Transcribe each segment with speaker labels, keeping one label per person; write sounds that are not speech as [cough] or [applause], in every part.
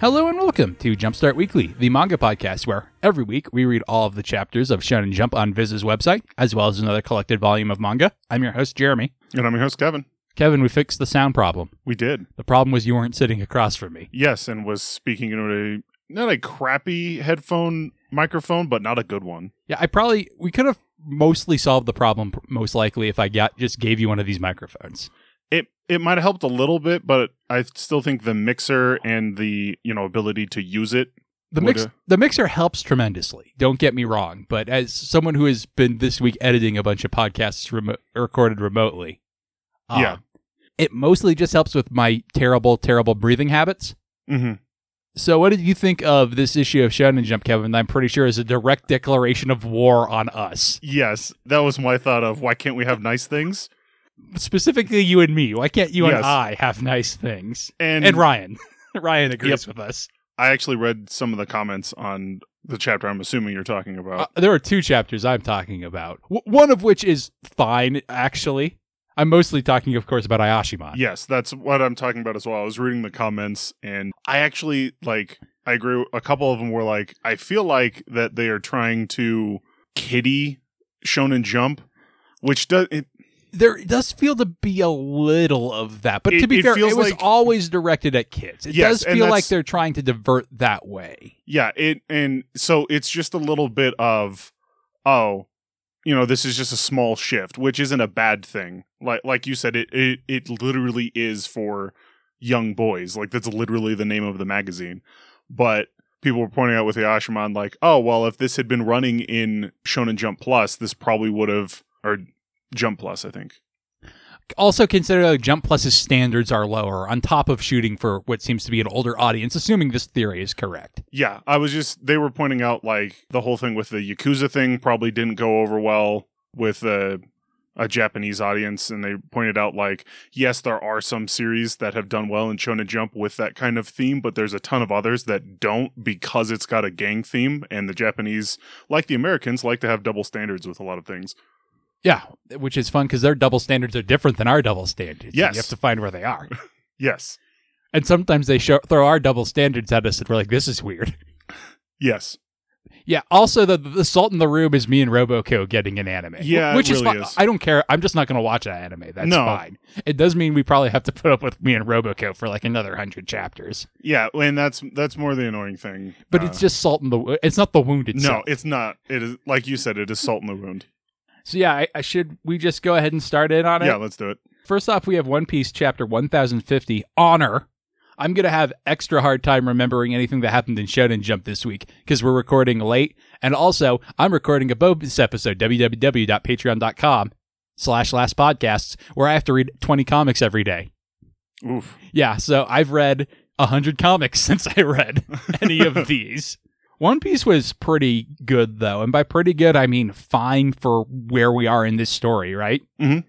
Speaker 1: Hello and welcome to Jumpstart Weekly, the manga podcast where every week we read all of the chapters of Shonen Jump on Viz's website, as well as another collected volume of manga. I'm your host, Jeremy.
Speaker 2: And I'm your host, Kevin.
Speaker 1: Kevin, we fixed the sound problem.
Speaker 2: We did.
Speaker 1: The problem was you weren't sitting across from me.
Speaker 2: Yes, and was speaking into a not a crappy headphone microphone, but not a good one.
Speaker 1: Yeah, I probably, we could have mostly solved the problem pr- most likely if I got just gave you one of these microphones.
Speaker 2: It it might have helped a little bit, but I still think the mixer and the, you know, ability to use it.
Speaker 1: The
Speaker 2: Would,
Speaker 1: mix,
Speaker 2: uh,
Speaker 1: the mixer helps tremendously. Don't get me wrong, but as someone who has been this week editing a bunch of podcasts remo- recorded remotely, uh,
Speaker 2: Yeah.
Speaker 1: it mostly just helps with my terrible, terrible breathing habits.
Speaker 2: Mhm.
Speaker 1: So, what did you think of this issue of Shonen Jump, Kevin? that I'm pretty sure is a direct declaration of war on us,
Speaker 2: Yes, that was my thought of why can't we have nice things?
Speaker 1: specifically you and me. Why can't you
Speaker 2: Yes.
Speaker 1: and I have nice things?
Speaker 2: And,
Speaker 1: And, Ryan, [laughs] Ryan agrees with us.
Speaker 2: I actually read some of the comments on the chapter I'm assuming you're talking about.
Speaker 1: Uh, there are two chapters I'm talking about. W- one of which is fine, actually. I'm mostly talking, of course, about Ayashima.
Speaker 2: Yes, that's what I'm talking about as well. I was reading the comments and I actually like I agree a couple of them were like I feel like that they are trying to kiddie Shonen Jump which does it,
Speaker 1: There does feel to be a little of that, but to
Speaker 2: It-
Speaker 1: be
Speaker 2: it
Speaker 1: fair,
Speaker 2: feels
Speaker 1: it was
Speaker 2: like-
Speaker 1: always directed at kids. It
Speaker 2: Yes,
Speaker 1: does
Speaker 2: and
Speaker 1: feel like
Speaker 2: that's-
Speaker 1: they're trying to divert that way.
Speaker 2: yeah, it and so it's just a little bit of oh, you know, this is just a small shift, which isn't a bad thing. Like like you said it it, it literally is for young boys. Like that's literally the name of the magazine. But people were pointing out with the Ashiman, like, oh, well, if this had been running in Shonen Jump Plus, this probably would have, or Jump Plus, I think.
Speaker 1: Also, consider that Jump Plus's standards are lower, on top of shooting for what seems to be an older audience, assuming this theory is correct.
Speaker 2: Yeah, I was just, they were pointing out, like, the whole thing with the Yakuza thing probably didn't go over well with a, a Japanese audience. And they pointed out, like, yes, there are some series that have done well in Shonen Jump with that kind of theme, but there's a ton of others that don't because it's got a gang theme. And the Japanese, like the Americans, like to have double standards with a lot of things.
Speaker 1: Yeah, which is fun because their double standards are different than our double standards. and
Speaker 2: Yes.
Speaker 1: you have to find where they are.
Speaker 2: Yes.
Speaker 1: And sometimes they show, throw our double standards at us, and we're like, "This is weird."
Speaker 2: Yes.
Speaker 1: Yeah. Also, the the salt in the room is me and Roboco getting an anime. wh-
Speaker 2: Yeah, it
Speaker 1: which
Speaker 2: really
Speaker 1: is, fi-
Speaker 2: is.
Speaker 1: I don't care. I'm just not going to watch that anime. That's
Speaker 2: No.
Speaker 1: fine. It does mean we probably have to put up with me and Roboco for like another hundred chapters.
Speaker 2: Yeah, and that's that's more the annoying thing.
Speaker 1: But
Speaker 2: Uh,
Speaker 1: it's just salt in the. wo- It's not the wound
Speaker 2: no,
Speaker 1: itself.
Speaker 2: it's not. It is like you said, it is salt in the wound.
Speaker 1: So yeah, I, I should we just go ahead and start in on it?
Speaker 2: Yeah, let's do it.
Speaker 1: First off, we have One Piece chapter 1050, Honor. I'm going to have extra hard time remembering anything that happened in Shonen Jump this week because we're recording late. And also, I'm recording a bonus episode, www.patreon.com slash last podcasts, where I have to read 20 comics every day.
Speaker 2: Oof.
Speaker 1: Yeah, so I've read 100 comics [laughs] since I read any
Speaker 2: [laughs]
Speaker 1: of these. One Piece was pretty good, though. And by pretty good, I mean fine for where we are in this story, right?
Speaker 2: Mhm.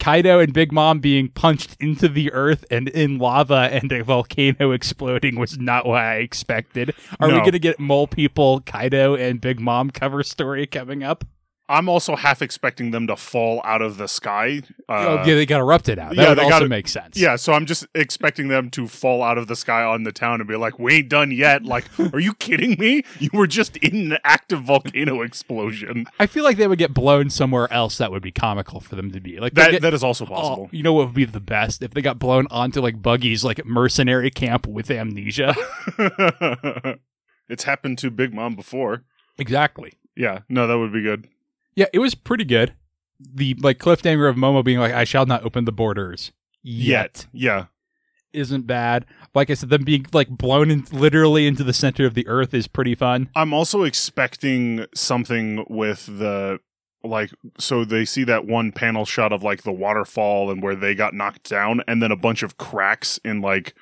Speaker 1: Kaido and Big Mom being punched into the earth and in lava and a volcano [laughs] exploding was not what I expected. Are we
Speaker 2: No.
Speaker 1: going to get Mole People, Kaido, and Big Mom cover story coming up?
Speaker 2: I'm also half expecting them to fall out of the sky. Uh,
Speaker 1: oh, yeah, they got erupted out. That
Speaker 2: yeah,
Speaker 1: would
Speaker 2: they
Speaker 1: also
Speaker 2: gotta-
Speaker 1: make sense.
Speaker 2: yeah, so I'm just expecting them to fall out of the sky on the town and be like, "We ain't done yet." Like, are you kidding me? You were just in an active volcano explosion.
Speaker 1: I feel like they would get blown somewhere else that would be comical for them to be. Like they'd
Speaker 2: That
Speaker 1: get-
Speaker 2: that is also
Speaker 1: Oh,
Speaker 2: possible.
Speaker 1: you know what would be the best if they got blown onto like buggies, like mercenary camp with amnesia.
Speaker 2: [laughs] it's happened to Big Mom before.
Speaker 1: exactly.
Speaker 2: Yeah, no, that would be good.
Speaker 1: Yeah, it was pretty good. The like cliffhanger of Momo being like, "I shall not open the borders yet,"
Speaker 2: Yeah.
Speaker 1: isn't bad. Like I said, them being like blown in, literally into the center of the earth is pretty fun.
Speaker 2: I'm also expecting something with the like so they see that one panel shot of like the waterfall and where they got knocked down and then a bunch of cracks in like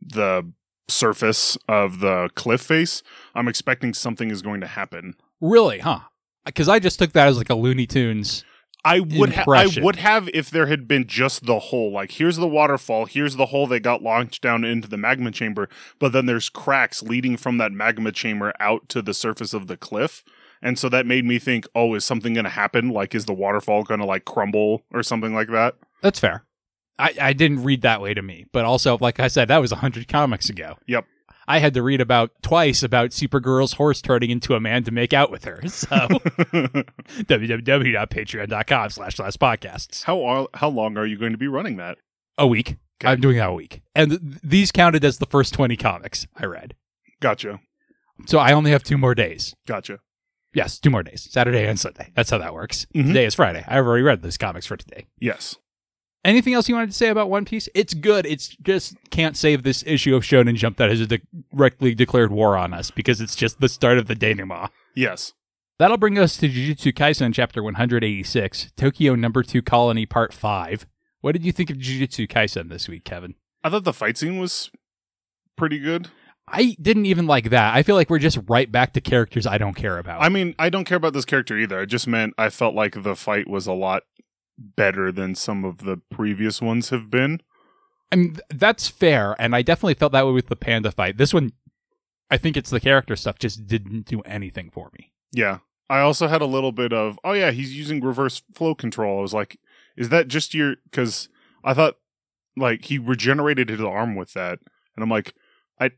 Speaker 2: the surface of the cliff face. I'm expecting something is going to happen.
Speaker 1: Really, huh? Because I just took that as like a Looney Tunes.
Speaker 2: I would ha- I
Speaker 1: Impression.
Speaker 2: would have if there had been just the hole. Like here's the waterfall, here's the hole they got launched down into the magma chamber, but then there's cracks leading from that magma chamber out to the surface of the cliff. And so that made me think, oh, is something going to happen? Like is the waterfall going to like crumble or something like that? [laughs]
Speaker 1: That's fair. I, I didn't read that way to me, but also, like I said, that was hundred comics ago.
Speaker 2: Yep.
Speaker 1: I had to read about twice about Supergirl's horse turning into a man to make out with
Speaker 2: [laughs]
Speaker 1: her. So www.patreon.com slash last podcasts.
Speaker 2: how are, how long are you going to be running that?
Speaker 1: A week.
Speaker 2: Okay.
Speaker 1: I'm doing that a week. And th- these counted as the first 20 comics I read.
Speaker 2: Gotcha,
Speaker 1: So I only have two more days.
Speaker 2: gotcha.
Speaker 1: Yes, two more days. Saturday and Sunday. That's how that works.
Speaker 2: Mhm.
Speaker 1: Today is Friday. I've already read those comics for today.
Speaker 2: Yes,
Speaker 1: Anything else you wanted to say about One Piece? It's good. It's just can't save this issue of Shonen Jump that has directly declared war on us because it's just the start of the denouement.
Speaker 2: yes.
Speaker 1: That'll bring us to Jujutsu Kaisen chapter 186, Tokyo number 2 colony part 5. What did you think of Jujutsu Kaisen this week, Kevin?
Speaker 2: I thought the fight scene was pretty good.
Speaker 1: I didn't even like that. I feel like we're just right back to characters I don't care about.
Speaker 2: I mean, I don't care about this character either. I just meant I felt like the fight was a lot better than some of the previous ones have been.
Speaker 1: I mean, th- that's fair, and I definitely felt that way with the panda fight. This one, I think it's the character stuff just didn't do anything for me.
Speaker 2: Yeah. I also had a little bit of, oh yeah, he's using reverse flow control. I was like, is that just your cuz I thought like he regenerated his arm with that. And I'm like, I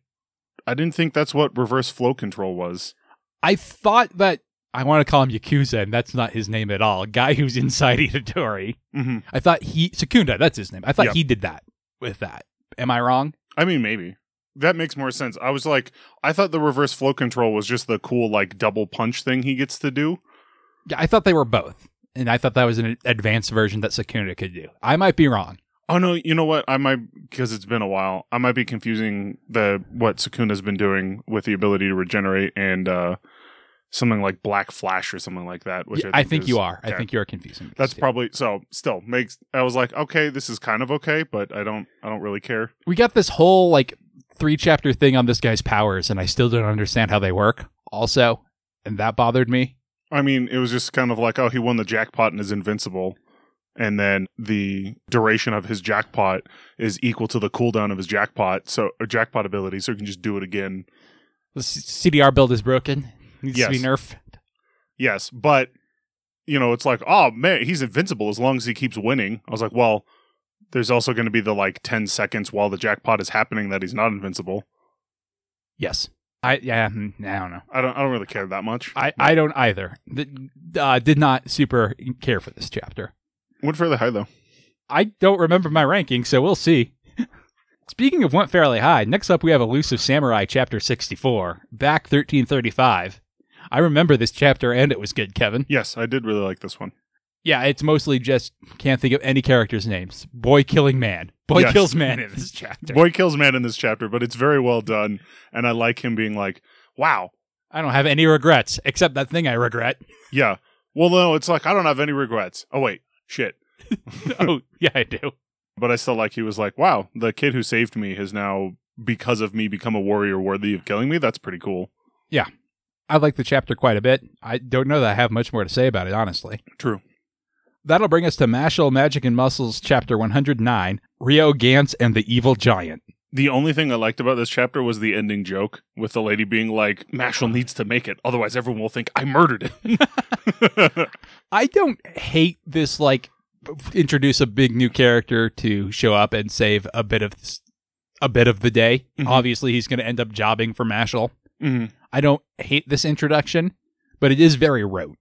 Speaker 2: I didn't think that's what reverse flow control was.
Speaker 1: I thought that I want to call him Yakuza, and that's not his name at all. Guy who's inside [laughs] Itadori.
Speaker 2: Mhm.
Speaker 1: I thought he Secunda, that's his name. I thought
Speaker 2: Yep.
Speaker 1: he did that with that. Am I wrong?
Speaker 2: I mean, maybe. That makes more sense. I was like, I thought the reverse flow control was just the cool like double punch thing he gets to do.
Speaker 1: Yeah, I thought they were both, and I thought that was an advanced version that Secunda could do. I might be wrong.
Speaker 2: Oh no, you know what? I might because it's been a while. I might be confusing the what Sakuna's been doing with the ability to regenerate and uh something like Black Flash or something like that. Which
Speaker 1: Yeah,
Speaker 2: I,
Speaker 1: I think
Speaker 2: is-
Speaker 1: you are.
Speaker 2: okay.
Speaker 1: I think you are confusing. these
Speaker 2: That's
Speaker 1: two.
Speaker 2: probably so. Still makes. I was like, okay, this is kind of okay, but I don't. I don't really care.
Speaker 1: we got this whole like three chapter thing on this guy's powers, and I still don't understand how they work. Also, and that bothered me.
Speaker 2: I mean, it was just kind of like, oh, he won the jackpot and is invincible, and then the duration of his jackpot is equal to the cooldown of his jackpot, so or jackpot ability, so he can just do it again.
Speaker 1: The C- CDR build is broken. Needs to be
Speaker 2: Yes.
Speaker 1: nerfed.
Speaker 2: Yes, but you know, it's like, oh man, he's invincible as long as he keeps winning. I was like, well, there's also going to be the like 10 seconds while the jackpot is happening that he's not invincible.
Speaker 1: Yes. I yeah. mm, I don't know.
Speaker 2: I don't I don't really care that much.
Speaker 1: I, I don't either. Th- Uh, did not super care for this chapter.
Speaker 2: went fairly high though.
Speaker 1: I don't remember my ranking, so we'll see. [laughs] Speaking of went fairly high, next up we have Elusive Samurai Chapter 64, back 1335. I remember this chapter and it was good, Kevin.
Speaker 2: Yes, I did really like this one.
Speaker 1: Yeah, it's mostly just can't think of any characters' names. Boy killing man. Boy
Speaker 2: Yes.
Speaker 1: kills [laughs] man in this chapter.
Speaker 2: Boy kills man in this chapter, but it's very well done and I like him being like, "Wow."
Speaker 1: I don't have any regrets except that thing I [laughs] regret.
Speaker 2: Yeah. Well, no, it's like I don't have any regrets. Oh wait, shit.
Speaker 1: oh, yeah, I do.
Speaker 2: But I still like he was like, "Wow, the kid who saved me has now because of me become a warrior worthy of killing me." That's pretty cool.
Speaker 1: I like the chapter quite a bit. I don't know that I have much more to say about it, honestly.
Speaker 2: True.
Speaker 1: That'll bring us to Mashal Magic and Muscles Chapter 109, Rio Gantz and the Evil Giant.
Speaker 2: The only thing I liked about this chapter was the ending joke with the lady being like, Mashal needs to make it, otherwise everyone will think I murdered [laughs] him.
Speaker 1: I don't hate this, like, introduce a big new character to show up and save a bit of a bit of the day.
Speaker 2: Mhm.
Speaker 1: Obviously, he's going to end up jobbing for Mashal.
Speaker 2: Mhm.
Speaker 1: I don't hate this introduction, but it is very rote.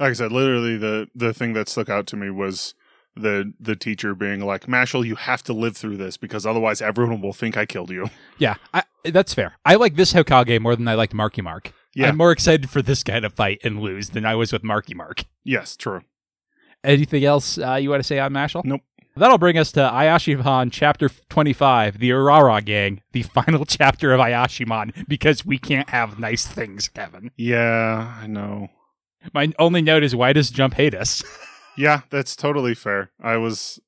Speaker 2: Like I said, literally the the thing that stuck out to me was the the teacher being like, Mashal, you have to live through this because otherwise everyone will think I killed you.
Speaker 1: Yeah, I, that's fair. I like this Hokage more than I liked Marky Mark.
Speaker 2: Yeah.
Speaker 1: I'm more excited for this guy to fight and lose than I was with Marky Mark.
Speaker 2: [laughs] yes, true.
Speaker 1: Anything else uh, you want to say on Mashal?
Speaker 2: Nope.
Speaker 1: That'll bring us to Ayashimon chapter 25, the Urara gang, the [laughs] final chapter of Ayashimon, because we can't have nice things, Kevin.
Speaker 2: Yeah, I know.
Speaker 1: My only note is why does Jump hate us? [laughs]
Speaker 2: Yeah, that's totally fair. I was,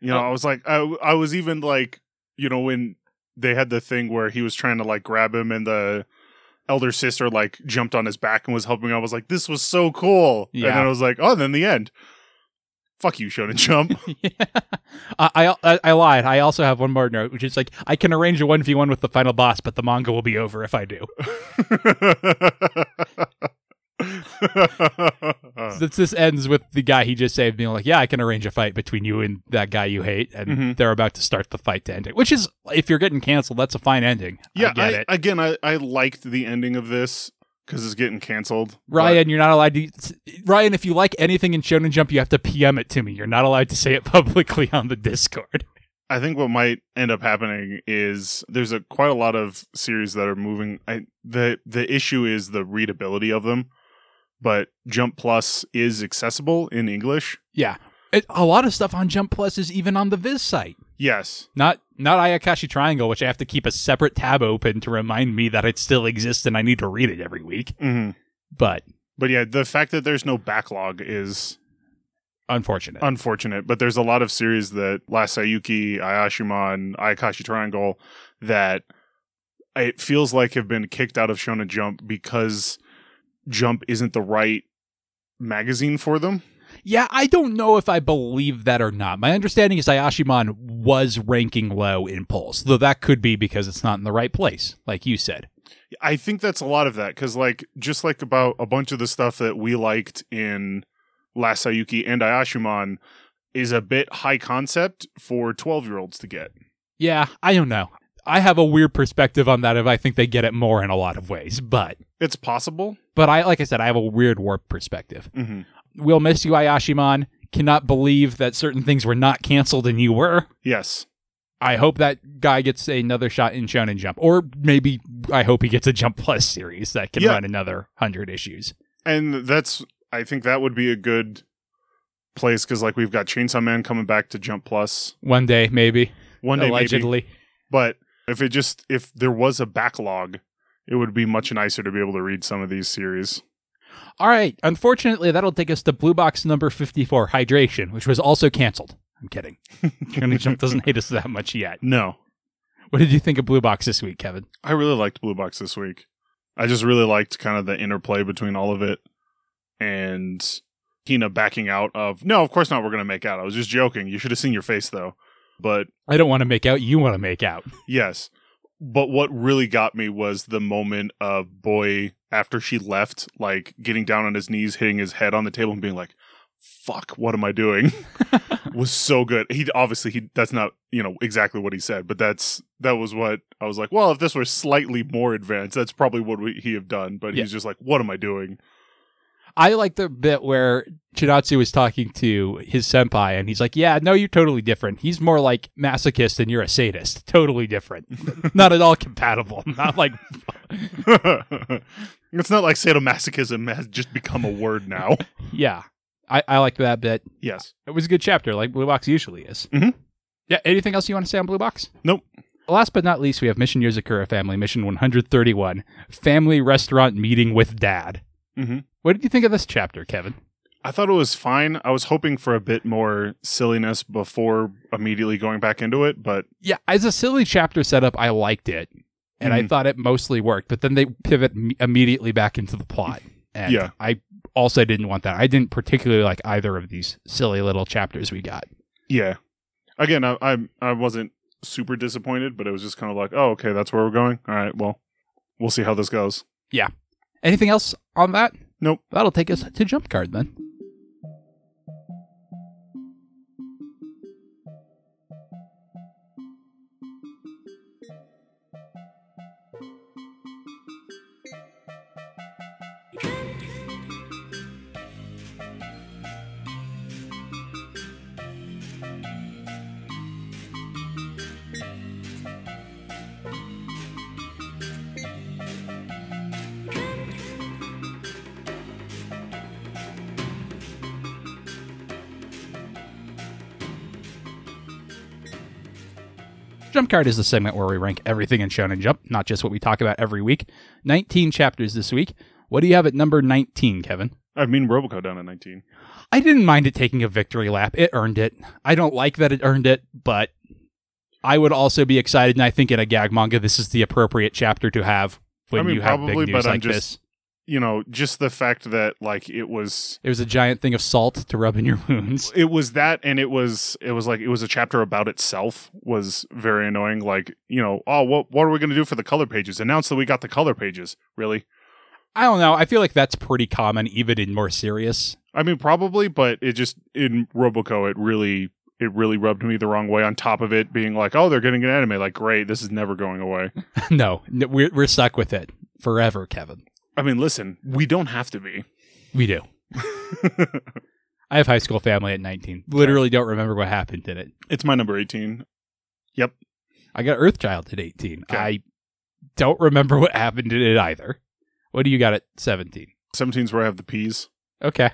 Speaker 2: you know, I was like, I, I was even like, you know, when they had the thing where he was trying to like grab him and the elder sister like jumped on his back and was helping. I was like, this was so cool. And then
Speaker 1: Yeah.
Speaker 2: I was like, oh, then the end. Fuck you, Shonen Jump. [laughs]
Speaker 1: I, I I lied. I also have one more note, which is like I can arrange a 1v1 with the final boss, but the manga will be over if [laughs] I do.
Speaker 2: Uh,
Speaker 1: This, this ends with the guy he just saved being like, "Yeah, I can arrange a fight between you and that guy you hate," and
Speaker 2: Mhm.
Speaker 1: they're about to start the fight to end it. Which is, if you're getting canceled, that's a fine ending.
Speaker 2: yeah,
Speaker 1: I get it.
Speaker 2: again, I, I liked the ending of this because it's getting canceled. but-
Speaker 1: Ryan, you're not allowed to. Ryan, if you like anything in Shonen Jump, you have to PM it to me. You're not allowed to say it [laughs] publicly on the Discord.
Speaker 2: I think what might end up happening is there's a quite a lot of series that are moving. I, the The issue is the readability of them, but Jump Plus is accessible in English.
Speaker 1: Yeah, it, a lot of stuff on Jump Plus is even on the Viz site.
Speaker 2: Yes,
Speaker 1: Not not Ayakashi Triangle, which I have to keep a separate tab open to remind me that it still exists and I need to read it every week.
Speaker 2: hmm
Speaker 1: But
Speaker 2: but yeah, the fact that there's no backlog is
Speaker 1: unfortunate.
Speaker 2: unfortunate. But there's a lot of series that Last Sayuki, Ayashima, and Ayakashi Triangle that it feels like have been kicked out of Shonen Jump because Jump isn't the right magazine for them.
Speaker 1: Yeah, I don't know if I believe that or not. My understanding is Ayashimon was ranking low in polls, though that could be because it's not in the right place, like you said.
Speaker 2: I think that's a lot of that because, like, just like about a bunch of the stuff that we liked in Last Sayuki and Ayashimon is a bit high concept for 12 year olds to get.
Speaker 1: Yeah, I don't know. I have a weird perspective on that if I think they get it more in a lot of ways, but
Speaker 2: It's possible.
Speaker 1: but I like I said, I have a weird warped perspective.
Speaker 2: Mm-hmm.
Speaker 1: We'll miss you, Ayashimon. Cannot believe that certain things were not canceled and you were.
Speaker 2: Yes.
Speaker 1: I hope that guy gets another shot in Shonen Jump, or maybe I hope he gets a Jump Plus series that can
Speaker 2: Yeah.
Speaker 1: run another hundred issues.
Speaker 2: And that's, I think that would be a good place because, like, we've got Chainsaw Man coming back to Jump Plus
Speaker 1: One day, maybe.
Speaker 2: one day, maybe.
Speaker 1: allegedly.
Speaker 2: But if it just, if there was a backlog, it would be much nicer to be able to read some of these series.
Speaker 1: All right. Unfortunately, that'll take us to blue box number 54, hydration, which was also canceled. I'm kidding. Shonen
Speaker 2: [laughs]
Speaker 1: Jump doesn't hate us that much yet.
Speaker 2: No.
Speaker 1: What did you think of blue box this week, Kevin?
Speaker 2: I really liked Blue Box this week. I just really liked kind of the interplay between all of it and Tina backing out of no, of course not. We're gonna make out. I was just joking. You should have seen your face though. But
Speaker 1: I don't want to make out. You want to make out.
Speaker 2: yes, but what really got me was the moment of boy after she left, like getting down on his knees, hitting his head on the table, and being like, "Fuck, what am I doing?" [laughs] was so good. He obviously he that's not you know exactly what he said, but that's that was what I was like. Well, if this were slightly more advanced, that's probably what we, he have done. But
Speaker 1: Yeah.
Speaker 2: he's just like, what am I doing? [laughs]
Speaker 1: I like the bit where Chinatsu was talking to his senpai, and he's like, Yeah, no, you're totally different. He's more like masochist and you're a sadist. Totally [laughs] different. Not at all compatible. [laughs] Not like
Speaker 2: it's not like sadomasochism has just become a word now.
Speaker 1: Yeah. I, I liked that bit.
Speaker 2: yes,
Speaker 1: It was a good chapter, like Blue Box usually is.
Speaker 2: Mhm.
Speaker 1: Yeah. Anything else you want to say on Blue Box?
Speaker 2: Nope.
Speaker 1: Last but not least, we have Mission Yuzakura Family Mission 131 Family Restaurant Meeting with Dad.
Speaker 2: Mhm.
Speaker 1: What did you think of this chapter, Kevin?
Speaker 2: I thought it was fine. I was hoping for a bit more silliness before immediately going back into it, but
Speaker 1: Yeah, as a silly chapter setup, I liked it, and I
Speaker 2: Mhm.
Speaker 1: thought it mostly worked. But then they pivot m- immediately back into the plot, and
Speaker 2: Yeah.
Speaker 1: I also didn't want that. I didn't particularly like either of these silly little chapters we got.
Speaker 2: yeah. Again, I I, I wasn't super disappointed, but it was just kind of like, oh, okay, that's where we're going. All right, well, we'll see how this goes.
Speaker 1: Anything else on that?
Speaker 2: Nope.
Speaker 1: That'll take us to jump card then. Jump Card is the segment where we rank everything in Shonen Jump, not just what we talk about every week. 19 chapters this week. What do you have at number 19, Kevin?
Speaker 2: I mean, Robico down at 19.
Speaker 1: I didn't mind it taking a victory lap. It earned it. I don't like that it earned it, but I would also be excited, and I think in a gag manga, this is the appropriate chapter to have when
Speaker 2: I mean,
Speaker 1: you have
Speaker 2: probably,
Speaker 1: big news
Speaker 2: but I'm
Speaker 1: like
Speaker 2: just-
Speaker 1: this.
Speaker 2: You know, just the fact that like it was
Speaker 1: It was a giant thing of salt to rub in your wounds.
Speaker 2: it was that and it was it was like it was a chapter about itself was very annoying like you know oh what what are we going to do for the color pages announce that we got the color pages really
Speaker 1: I don't know. I feel like that's pretty common, even in more serious [laughs]
Speaker 2: I mean, probably, but it just in Roboco, it really, it really rubbed me the wrong way. On top of it being like, oh, they're getting an anime, like, great, this is never going away.
Speaker 1: [laughs] no, n- we're we're stuck with it forever, Kevin.
Speaker 2: I mean, listen, we don't have to
Speaker 1: [laughs]
Speaker 2: be.
Speaker 1: We do. I have high school family at 19. Literally don't remember what happened in it.
Speaker 2: it's my number eighteen.
Speaker 1: I got Earthchild at 18.
Speaker 2: Okay.
Speaker 1: I don't remember what happened in it either. What do you got at 17?
Speaker 2: 17's where I have the peas.
Speaker 1: Okay.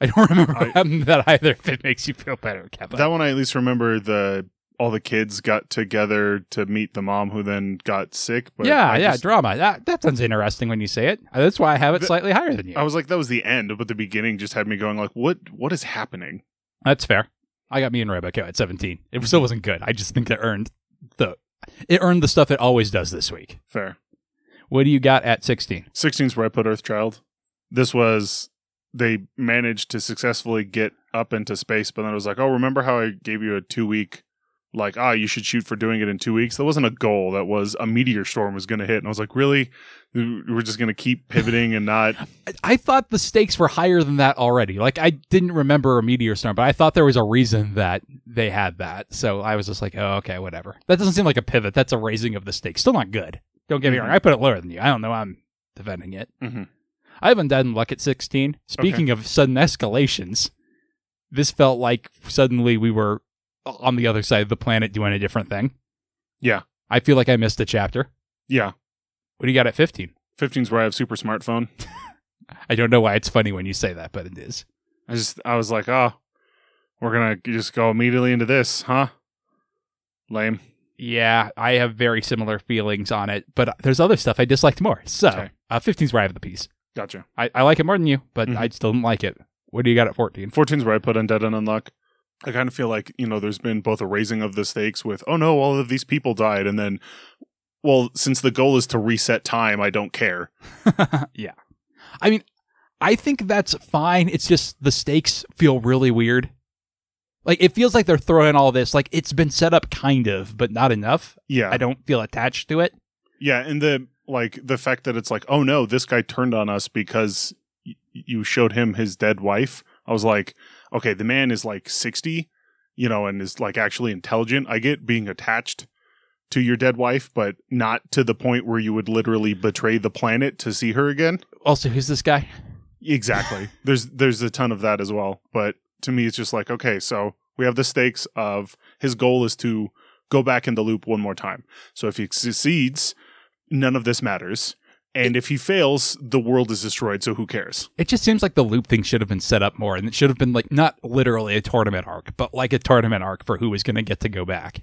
Speaker 1: I don't [laughs] remember
Speaker 2: I-
Speaker 1: what happened to that either if it makes you feel better, Kevin.
Speaker 2: that one I at least remember the all the kids got together to meet the mom who then got sick. But
Speaker 1: yeah,
Speaker 2: I
Speaker 1: yeah,
Speaker 2: just-
Speaker 1: drama. That that sounds interesting when you say it. Uh, That's why I have it
Speaker 2: The-
Speaker 1: slightly higher than you.
Speaker 2: I was like, that was the end, but the beginning just had me going like, what what is happening?
Speaker 1: That's fair. I got me and Rebecca at 17. It still wasn't good. I just think that earned the it earned the stuff it always does this week.
Speaker 2: Fair.
Speaker 1: What do you got at 16?
Speaker 2: 16's where I put Earth Child. This was they managed to successfully get up into space, but then it was like, oh, remember how I gave you a two week like ah you should shoot for doing it in two weeks that wasn't a goal that was a meteor storm was going to hit and i was like really we're just going to keep pivoting and not [laughs]
Speaker 1: I, I thought the stakes were higher than that already. Like I didn't remember a meteor storm, but I thought there was a reason that they had that. So I was just like, oh, okay, whatever. That doesn't seem like a pivot. That's a raising of the stakes. Still not good. Don't get me
Speaker 2: Mhm.
Speaker 1: wrong. I put it lower than you. I don't know. why I'm defending it.
Speaker 2: Mhm.
Speaker 1: I haven't done luck at 16. Speaking of sudden escalations, this felt like suddenly we were on the other side of the planet doing a different thing.
Speaker 2: Yeah.
Speaker 1: I feel like I missed a chapter.
Speaker 2: yeah
Speaker 1: What do you got at 15?
Speaker 2: 15's where i have super smartphone
Speaker 1: I don't know why it's funny when you say that, but it is.
Speaker 2: I just I was like, oh, we're gonna just go immediately into this, huh? Lame.
Speaker 1: Yeah, I have very similar feelings on it, but there's other stuff I disliked more. So,
Speaker 2: Okay.
Speaker 1: uh, 15's where I have the piece.
Speaker 2: Gotcha.
Speaker 1: I, I like it more than you, but
Speaker 2: Mhm.
Speaker 1: I still didn't like it. What do you got at 14?
Speaker 2: 14's where I put Undead and Unluck. I kind of feel like, you know, there's been both a raising of the stakes with, oh no, all of these people died, and then well, since the goal is to reset time, I don't care.
Speaker 1: yeah. I mean, I think that's fine. It's just the stakes feel really weird. Like, it feels like they're throwing all this. Like, it's been set up kind of, but not enough.
Speaker 2: Yeah.
Speaker 1: I don't feel attached to it.
Speaker 2: yeah, and the like the fact that it's like, oh no, this guy turned on us because y- you showed him his dead wife. I was like, okay, the man is like 60, you know, and is like actually intelligent. I get being attached to your dead wife, but not to the point where you would literally betray the planet to see her again.
Speaker 1: Also, who's this guy?
Speaker 2: Exactly. there's there's a ton of that as well, but to me it's just like, okay, so we have the stakes of his goal is to go back in the loop one more time. So if he succeeds, none of this matters. And if he fails, the world is destroyed, so who cares?
Speaker 1: It just seems like the loop thing should have been set up more, and it should have been like not literally a tournament arc, but like a tournament arc for who was going to get to go back.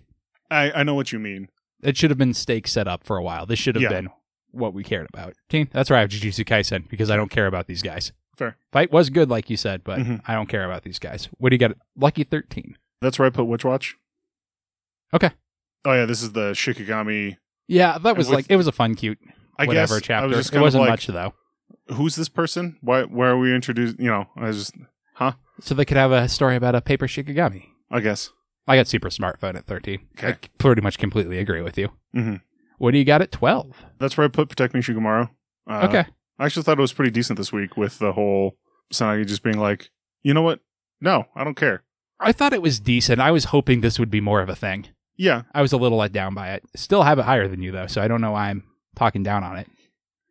Speaker 2: I, I know what you mean.
Speaker 1: It should have been stakes set up for a while. This should have
Speaker 2: Yeah.
Speaker 1: been what we cared about. Team, that's where I have Jujutsu Kaisen because I don't care about these guys.
Speaker 2: Fair.
Speaker 1: Fight was good, like you said, but
Speaker 2: Mhm.
Speaker 1: I don't care about these guys. What do you got? Lucky thirteen.
Speaker 2: That's where I put Witch Watch.
Speaker 1: Okay.
Speaker 2: Oh yeah, this is the Shikigami.
Speaker 1: Yeah, that was
Speaker 2: with-
Speaker 1: like it was a fun, cute
Speaker 2: I
Speaker 1: whatever
Speaker 2: guess
Speaker 1: chapter.
Speaker 2: I was just
Speaker 1: it
Speaker 2: kind
Speaker 1: wasn't
Speaker 2: of like,
Speaker 1: much though,
Speaker 2: who's this person? Why? Where are we introduced? You know, I was just,
Speaker 1: so they could have a story about a paper Shikigami.
Speaker 2: I guess.
Speaker 1: I got super smartphone at thirteen. I
Speaker 2: Okay.
Speaker 1: c- pretty much completely agree with you.
Speaker 2: Mhm.
Speaker 1: What do you got at twelve?
Speaker 2: That's where I put Protect Me Shikamaru. Uh,
Speaker 1: okay.
Speaker 2: I actually thought it was pretty decent this week with the whole Sanagi just being like, you know what? No, I don't care.
Speaker 1: I thought it was decent. I was hoping this would be more of a thing.
Speaker 2: Yeah,
Speaker 1: I was a little let down by it. Still have it higher than you though, so I don't know why I'm talking down on it.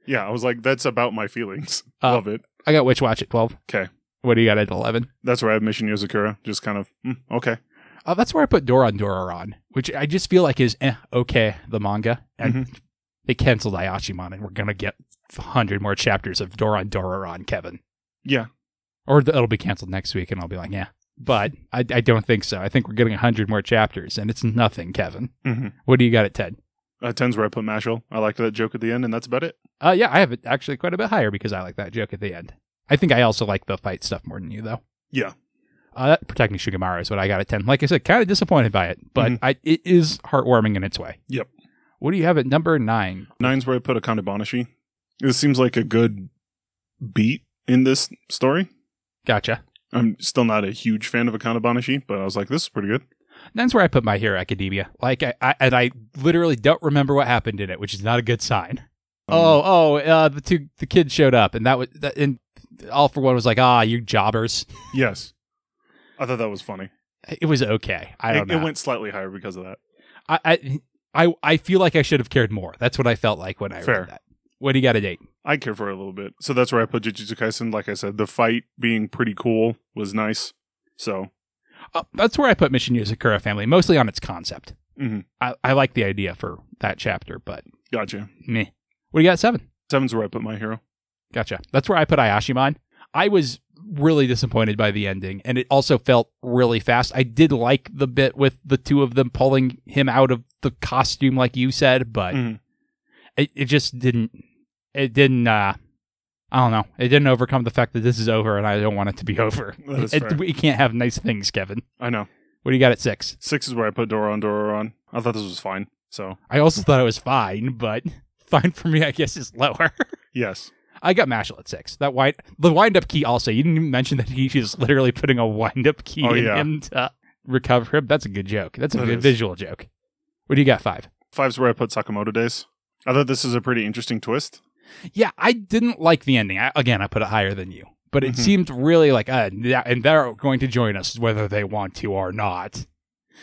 Speaker 2: yeah. I was like, that's about my feelings.
Speaker 1: [laughs] Uh,
Speaker 2: Love it.
Speaker 1: I got Witch Watch at twelve.
Speaker 2: 'Kay.
Speaker 1: What do you got at eleven?
Speaker 2: That's where I have Mission Yozakura. Just kind of mm, okay.
Speaker 1: Oh, that's where I put Doron Dororon, which I just feel like is eh, okay. The manga and they canceled Ayashimon, and we're gonna get hundred more chapters of Doron Dororon, Kevin.
Speaker 2: Yeah,
Speaker 1: or th- it'll be canceled next week, and I'll be like, yeah. But I, I don't think so. I think we're getting hundred more chapters, and it's nothing, Kevden.
Speaker 2: Mhm.
Speaker 1: What do you got at ten?
Speaker 2: uh, tens where I put Mashal. I liked that joke at the end, and that's about it.
Speaker 1: Uh, yeah, I have it actually quite a bit higher because I like that joke at the end. I think I also like the fight stuff more than you, though.
Speaker 2: Yeah.
Speaker 1: Uh, that Protect Me Shugamaru is what I got at 10. Like I said, kind of disappointed by it, but
Speaker 2: Mhm.
Speaker 1: I, it is heartwarming in its way.
Speaker 2: Yep.
Speaker 1: What do you have at number nine?
Speaker 2: Nine's where I put Akane Banashi. This seems like a good beat in this story.
Speaker 1: Gotcha.
Speaker 2: I'm still not a huge fan of Akane Banashi, but I was like, this is pretty good.
Speaker 1: That's where I put My Hero Academia. Like, I, I and I literally don't remember what happened in it, which is not a good sign.
Speaker 2: Um,
Speaker 1: oh, oh, uh, the two the kids showed up, and that was that, and All for One was like, ah, you jobbers.
Speaker 2: Yes. I thought that was funny.
Speaker 1: It was okay. I
Speaker 2: It,
Speaker 1: don't
Speaker 2: it
Speaker 1: know.
Speaker 2: went slightly higher because of that.
Speaker 1: I, I I I feel like I should have cared more. That's what I felt like when I
Speaker 2: Fair.
Speaker 1: read that. What do you got to date?
Speaker 2: I care for it a little bit. So that's where I put Jujutsu Kaisen. Like I said, the fight being pretty cool was nice. So
Speaker 1: Uh, that's where I put Mission Yuzakura Family, mostly on its concept.
Speaker 2: Mhm.
Speaker 1: I, I like the idea for that chapter, but
Speaker 2: gotcha.
Speaker 1: meh. What do you got? Seven.
Speaker 2: Seven's where I put my hero.
Speaker 1: Gotcha. That's where I put Ayashi mine. I was really disappointed by the ending, and it also felt really fast. I did like the bit with the two of them pulling him out of the costume, like you said, but
Speaker 2: Mhm.
Speaker 1: it, it just didn't. It didn't. uh I don't know. It didn't overcome the fact that this is over, and I don't want it to be [laughs] over.
Speaker 2: [laughs] That is
Speaker 1: It-
Speaker 2: fair.
Speaker 1: we can't have nice things, Kevin.
Speaker 2: I know.
Speaker 1: What do you got at six?
Speaker 2: Six is where I put Dora on Dora on. I thought this was fine. So
Speaker 1: I also thought it was fine, but [laughs] fine for me, I guess, is lower.
Speaker 2: yes.
Speaker 1: I got Mashal at six. That wind, the wind up key. Also, you didn't even mention that he is literally putting a wind up key
Speaker 2: Oh,
Speaker 1: in
Speaker 2: yeah.
Speaker 1: him to recover him. That's a good joke. That's a
Speaker 2: That
Speaker 1: good
Speaker 2: is.
Speaker 1: visual joke. What do you got? Five.
Speaker 2: Five's where I put Sakamoto Days. I thought this is a pretty interesting twist.
Speaker 1: Yeah, I didn't like the ending. I, again, I put it higher than you, but it
Speaker 2: Mhm.
Speaker 1: seemed really like uh, yeah, and they're going to join us whether they want to or not.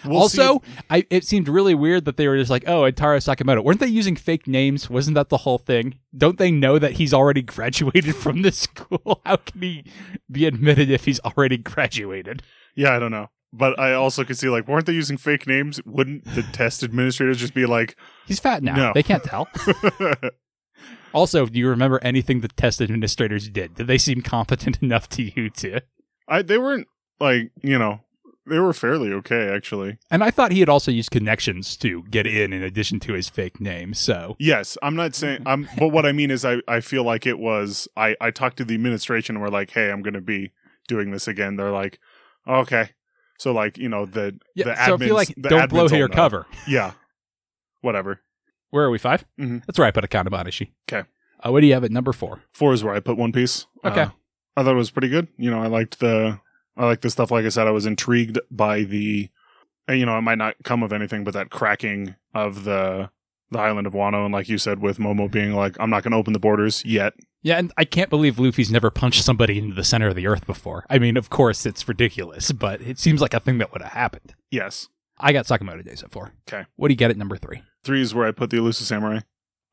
Speaker 2: We'll
Speaker 1: also,
Speaker 2: see if-
Speaker 1: I it seemed really weird that they were just like, oh, Antaro Sakamoto. Weren't they using fake names? Wasn't that the whole thing? Don't they know that he's already [laughs] graduated from this school? [laughs] How can he be admitted if he's already graduated?
Speaker 2: yeah, I don't know. But I also could see like, weren't they using fake names? Wouldn't the test administrators just be like, [laughs]
Speaker 1: He's fat now.
Speaker 2: No.
Speaker 1: They can't
Speaker 2: [laughs]
Speaker 1: tell. also, do you remember anything the test administrators did? Did they seem competent [laughs] enough to you to?
Speaker 2: I they weren't like you know they were fairly okay actually.
Speaker 1: And I thought he had also used connections to get in, in addition to his fake name. So
Speaker 2: Yes, I'm not saying I'm, but what I mean is I I feel like it was I I talked to the administration and we're like, hey, I'm gonna be doing this again. They're like, okay, so like you know the
Speaker 1: yeah,
Speaker 2: the
Speaker 1: so I feel
Speaker 2: admins-
Speaker 1: like
Speaker 2: the
Speaker 1: don't blow
Speaker 2: admins all
Speaker 1: your
Speaker 2: know.
Speaker 1: cover.
Speaker 2: Yeah, whatever.
Speaker 1: Where are we? 5
Speaker 2: Mhm.
Speaker 1: That's where I put a Kanabanashi.
Speaker 2: 'Kay.
Speaker 1: Uh, what do you have at number four?
Speaker 2: Four is where I put One Piece.
Speaker 1: Okay.
Speaker 2: Uh, I thought it was pretty good. You know, I liked the I liked the stuff. Like I said, I was intrigued by the, uh, you know, it might not come of anything, but that cracking of the the island of Wano, and like you said, with Momo being like, I'm not going to open the borders yet.
Speaker 1: Yeah, and I can't believe Luffy's never punched somebody into the center of the earth before. I mean, of course, it's ridiculous, but it seems like a thing that would have happened.
Speaker 2: Yes.
Speaker 1: I got Sakamoto Days at four.
Speaker 2: 'Kay.
Speaker 1: What do you get at number three?
Speaker 2: Three is where I put the elusive samurai.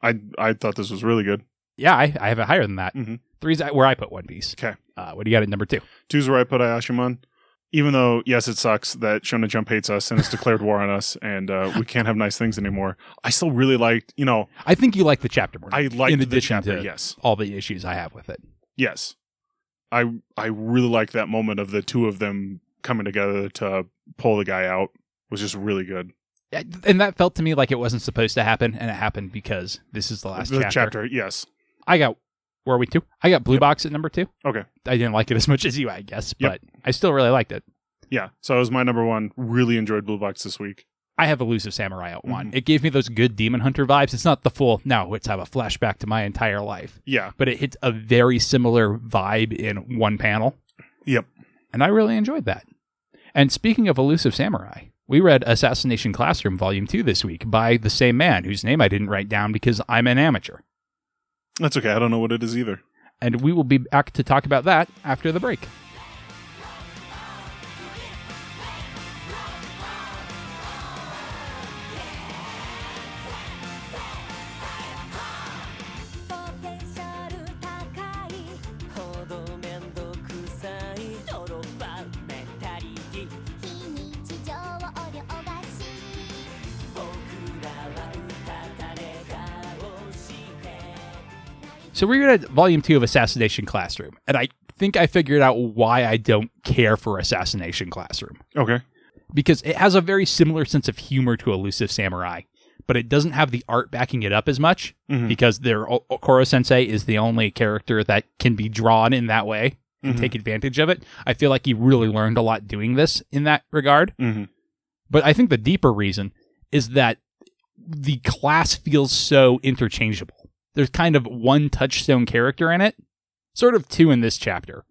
Speaker 2: I I thought this was really good.
Speaker 1: Yeah, I, I have it higher than that.
Speaker 2: Mhm.
Speaker 1: Three's at- where I put One Piece.
Speaker 2: 'Kay.
Speaker 1: Uh, what do you got at number two?
Speaker 2: Two is where I put Ayashimon. Even though, yes, it sucks that Shonen Jump hates us and has declared war on us, and uh, we can't have nice things anymore. I still really liked, you know,
Speaker 1: I think you like the chapter more.
Speaker 2: I liked
Speaker 1: In
Speaker 2: the
Speaker 1: addition
Speaker 2: chapter.
Speaker 1: to-
Speaker 2: Yes,
Speaker 1: all the issues I have with it.
Speaker 2: Yes. I I really like that moment of the two of them coming together to pull the guy out was just really good.
Speaker 1: Yeah, And that felt to me like it wasn't supposed to happen, and it happened because this is the last
Speaker 2: the
Speaker 1: chapter.
Speaker 2: yes.
Speaker 1: I got where are we two? I got Blue Box at number two.
Speaker 2: Okay.
Speaker 1: I didn't like it as much as you, I guess,
Speaker 2: Yep.
Speaker 1: but I still really liked it.
Speaker 2: Yeah. So it was my number one. Really enjoyed Blue Box this week.
Speaker 1: I have Elusive Samurai at one. It gave me those good Demon Hunter vibes. It's not the full, now it's have a flashback to my entire life,
Speaker 2: Yeah.
Speaker 1: but it hits a very similar vibe in one panel.
Speaker 2: Yep.
Speaker 1: And I really enjoyed that. And speaking of Elusive Samurai, we read Assassination Classroom Volume 2 this week by the same man whose name I didn't write down because I'm an amateur.
Speaker 2: That's okay. I don't know what it is either.
Speaker 1: And we will be back to talk about that after the break.
Speaker 3: 「ポテンシャル高い」
Speaker 4: ほどめんどくさいドロップアウトメンタリティ
Speaker 3: 「非日常をお料がし」
Speaker 4: 僕らは歌たれ顔して
Speaker 1: So we read Volume 2 of Assassination Classroom, and I think I figured out why I don't care for Assassination Classroom.
Speaker 2: Okay.
Speaker 1: because it has a very similar sense of humor to Elusive Samurai, but it doesn't have the art backing it up as much
Speaker 2: Mhm.
Speaker 1: because their O- O- Koro Sensei is the only character that can be drawn in that way and
Speaker 2: Mhm.
Speaker 1: take advantage of it. I feel like he really learned a lot doing this in that regard.
Speaker 2: Mm-hmm.
Speaker 1: But I think the deeper reason is that the class feels so interchangeable. There's kind of one touchstone character in it, sort of two in this chapter.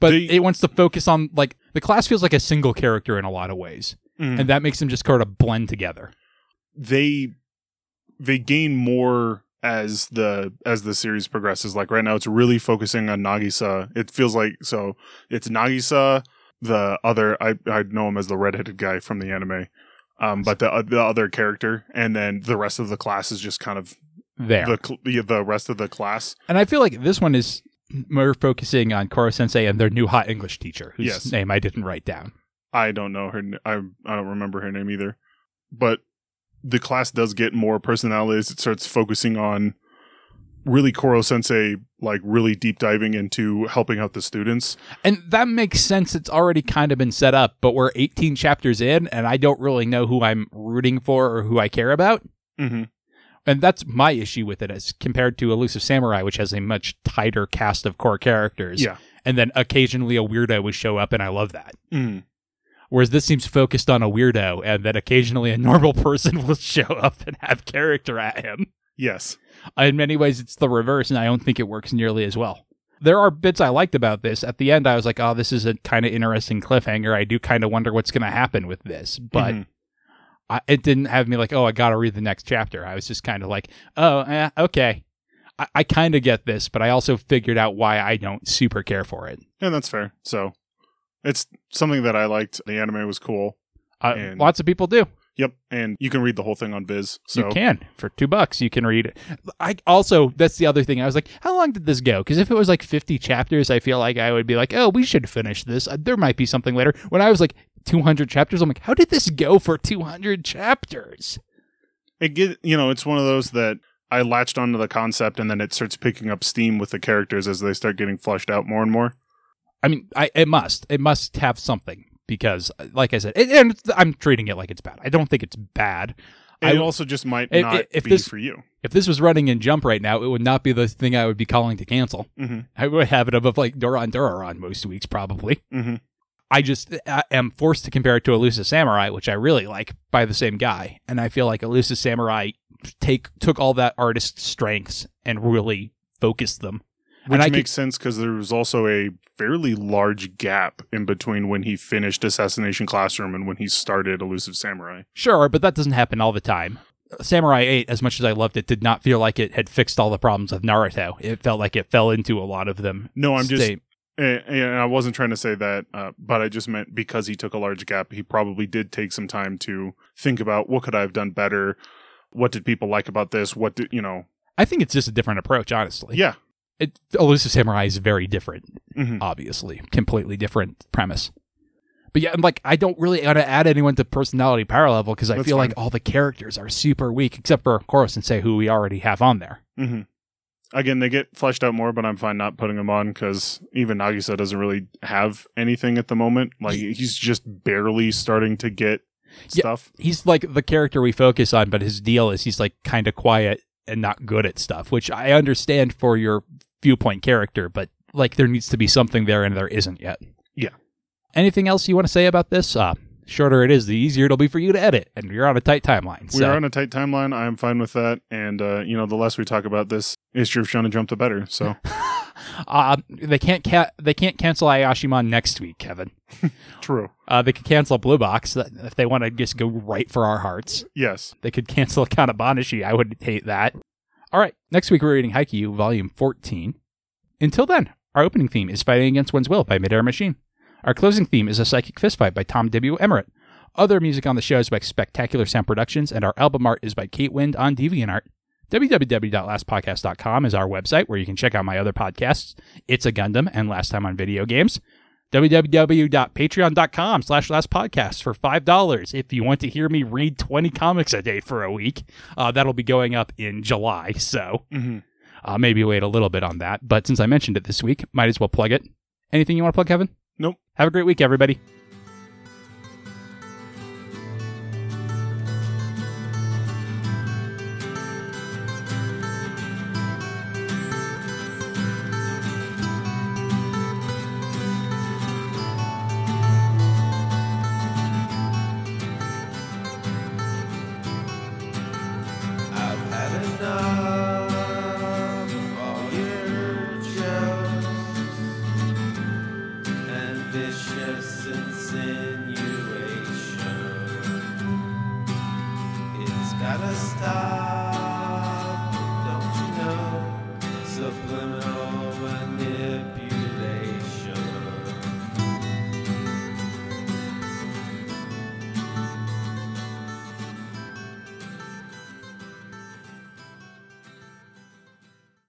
Speaker 1: But
Speaker 2: The-
Speaker 1: it wants to focus on like the class feels like a single character in a lot of ways
Speaker 2: Mhm.
Speaker 1: and that makes them just sort of blend together.
Speaker 2: they they gain more as the as the series progresses. Like right now, it's really focusing on Nagisa. It feels like so it's Nagisa, the other I I know him as the redheaded guy from the anime, um, but the the other character, and then the rest of the class is just kind of
Speaker 1: there.
Speaker 2: the cl- the the rest of the class.
Speaker 1: And I feel like this one is more focusing on Koro Sensei and their new hot English teacher, whose
Speaker 2: Yes.
Speaker 1: name I didn't write down.
Speaker 2: I don't know her. n- I I don't remember her name either. But the class does get more personalities. It starts focusing on really Koro Sensei, like really deep diving into helping out the students.
Speaker 1: And that makes sense. It's already kind of been set up, but we're 18 chapters in, and I don't really know who I'm rooting for or who I care about.
Speaker 2: Mm-hmm.
Speaker 1: And that's my issue with it as compared to Elusive Samurai, which has a much tighter cast of core characters.
Speaker 2: Yeah.
Speaker 1: And then occasionally a weirdo would show up, and I love that.
Speaker 2: Mm.
Speaker 1: Whereas this seems focused on a weirdo, and then occasionally a normal person [laughs] will show up and have character at him.
Speaker 2: Yes.
Speaker 1: in many ways it's the reverse and i don't think it works nearly as well there are bits i liked about this at the end i was like oh this is a kind of interesting cliffhanger i do kind of wonder what's going to happen with this but
Speaker 2: Mhm.
Speaker 1: I, it didn't have me like oh i gotta read the next chapter i was just kind of like oh eh, okay i, I kind of get this but i also figured out why i don't super care for it
Speaker 2: yeah, that's fair. So it's something that I liked. The anime was cool.
Speaker 1: uh,
Speaker 2: And-
Speaker 1: lots of people do
Speaker 2: Yep, and you can read the whole thing on Viz. So
Speaker 1: you can for two bucks you can read it i also that's the other thing i was like how long did this go because if it was like 50 chapters i feel like i would be like oh we should finish this Uh, there might be something later when i was like 200 chapters i'm like how did this go for 200 chapters
Speaker 2: it get you know it's one of those that I latched onto the concept, and then it starts picking up steam with the characters as they start getting fleshed out more and more.
Speaker 1: i mean i it must it must have something because uh, like i said it, and it's- i'm treating it like it's bad i don't think it's bad
Speaker 2: It
Speaker 1: I will-
Speaker 2: also just might
Speaker 1: If-
Speaker 2: not
Speaker 1: if
Speaker 2: be
Speaker 1: this-
Speaker 2: for you.
Speaker 1: if this was running in jump right now it would not be the thing i would be calling to cancel
Speaker 2: Mm-hmm.
Speaker 1: i would have it above like duran duran most weeks probably
Speaker 2: Mm-hmm.
Speaker 1: I just I am forced to compare it to Elusive Samurai, which I really like by the same guy, and I feel like Elusive Samurai take took all that artist's strengths and really focused them.
Speaker 2: Which
Speaker 1: and I
Speaker 2: makes sense because there was also a fairly large gap in between when he finished Assassination Classroom and when he started Elusive Samurai.
Speaker 1: could, sure, but that doesn't happen all the time. Samurai 8, as much as I loved it, did not feel like it had fixed all the problems of Naruto. It felt like it fell into a lot of them.
Speaker 2: No, I'm just,
Speaker 1: Stay-
Speaker 2: and, and I wasn't trying to say that, uh, but I just meant because he took a large gap, he probably did take some time to think about what could I have done better, what did people like about this, what did you know?
Speaker 1: I think it's just a different approach, honestly.
Speaker 2: Yeah,
Speaker 1: It, Elusive Samurai is very different.
Speaker 2: Mhm.
Speaker 1: obviously completely different premise but yeah i'm like i don't really want to add anyone to personality power level because i
Speaker 2: That's
Speaker 1: feel
Speaker 2: fine.
Speaker 1: like all the characters are super weak except for Koro Sensei, who we already have on there
Speaker 2: Mhm. Again, they get fleshed out more, but I'm fine not putting them on because even Nagisa doesn't really have anything at the moment. Like he's just barely starting to get
Speaker 1: Yeah.
Speaker 2: stuff.
Speaker 1: he's like the character we focus on but his deal is he's like kind of quiet and not good at stuff which i understand for your viewpoint character but like there needs to be something there and there isn't yet
Speaker 2: Yeah.
Speaker 1: anything else you want to say about this uh shorter it is the easier it'll be for you to edit and you're on a tight timeline
Speaker 2: We
Speaker 1: so-
Speaker 2: are on a tight timeline. I am fine with that. And uh, you know, the less we talk about this issue of Shonen Jump, the better.
Speaker 1: [laughs]
Speaker 2: So
Speaker 1: Um, they can't ca- they can't cancel Ayashimon next week, Kevin.
Speaker 2: true.
Speaker 1: Uh, they could cancel Blue Box that- if they want to just go right for our hearts.
Speaker 2: Yes.
Speaker 1: They could [laughs] cancel Kanabanashi. I would hate that. All right, next week we're reading Haikyuu Volume 14. Until then, our opening theme is Fighting Against One's Will by Midair Machine. Our closing theme is A Psychic Fistfight by Tom W. Emmerich. Other music on the show is by Spectacular Sound Productions, and our album art is by Kate Wind on DeviantArt. www.lastpodcast.com is our website where you can check out my other podcasts, It's a Gundam and Last Time on Video Games www.patreon.com slash last podcast for $5 if you want to hear me read 20 comics a day for a week uh, that'll be going up in july so
Speaker 2: hmm
Speaker 1: uh, maybe wait a little bit on that but since i mentioned it this week might as well plug it anything you want to plug kevin
Speaker 2: Nope.
Speaker 1: have a great week everybody
Speaker 5: I've had enough of all your jokes and vicious insinuations. It's gotta stop.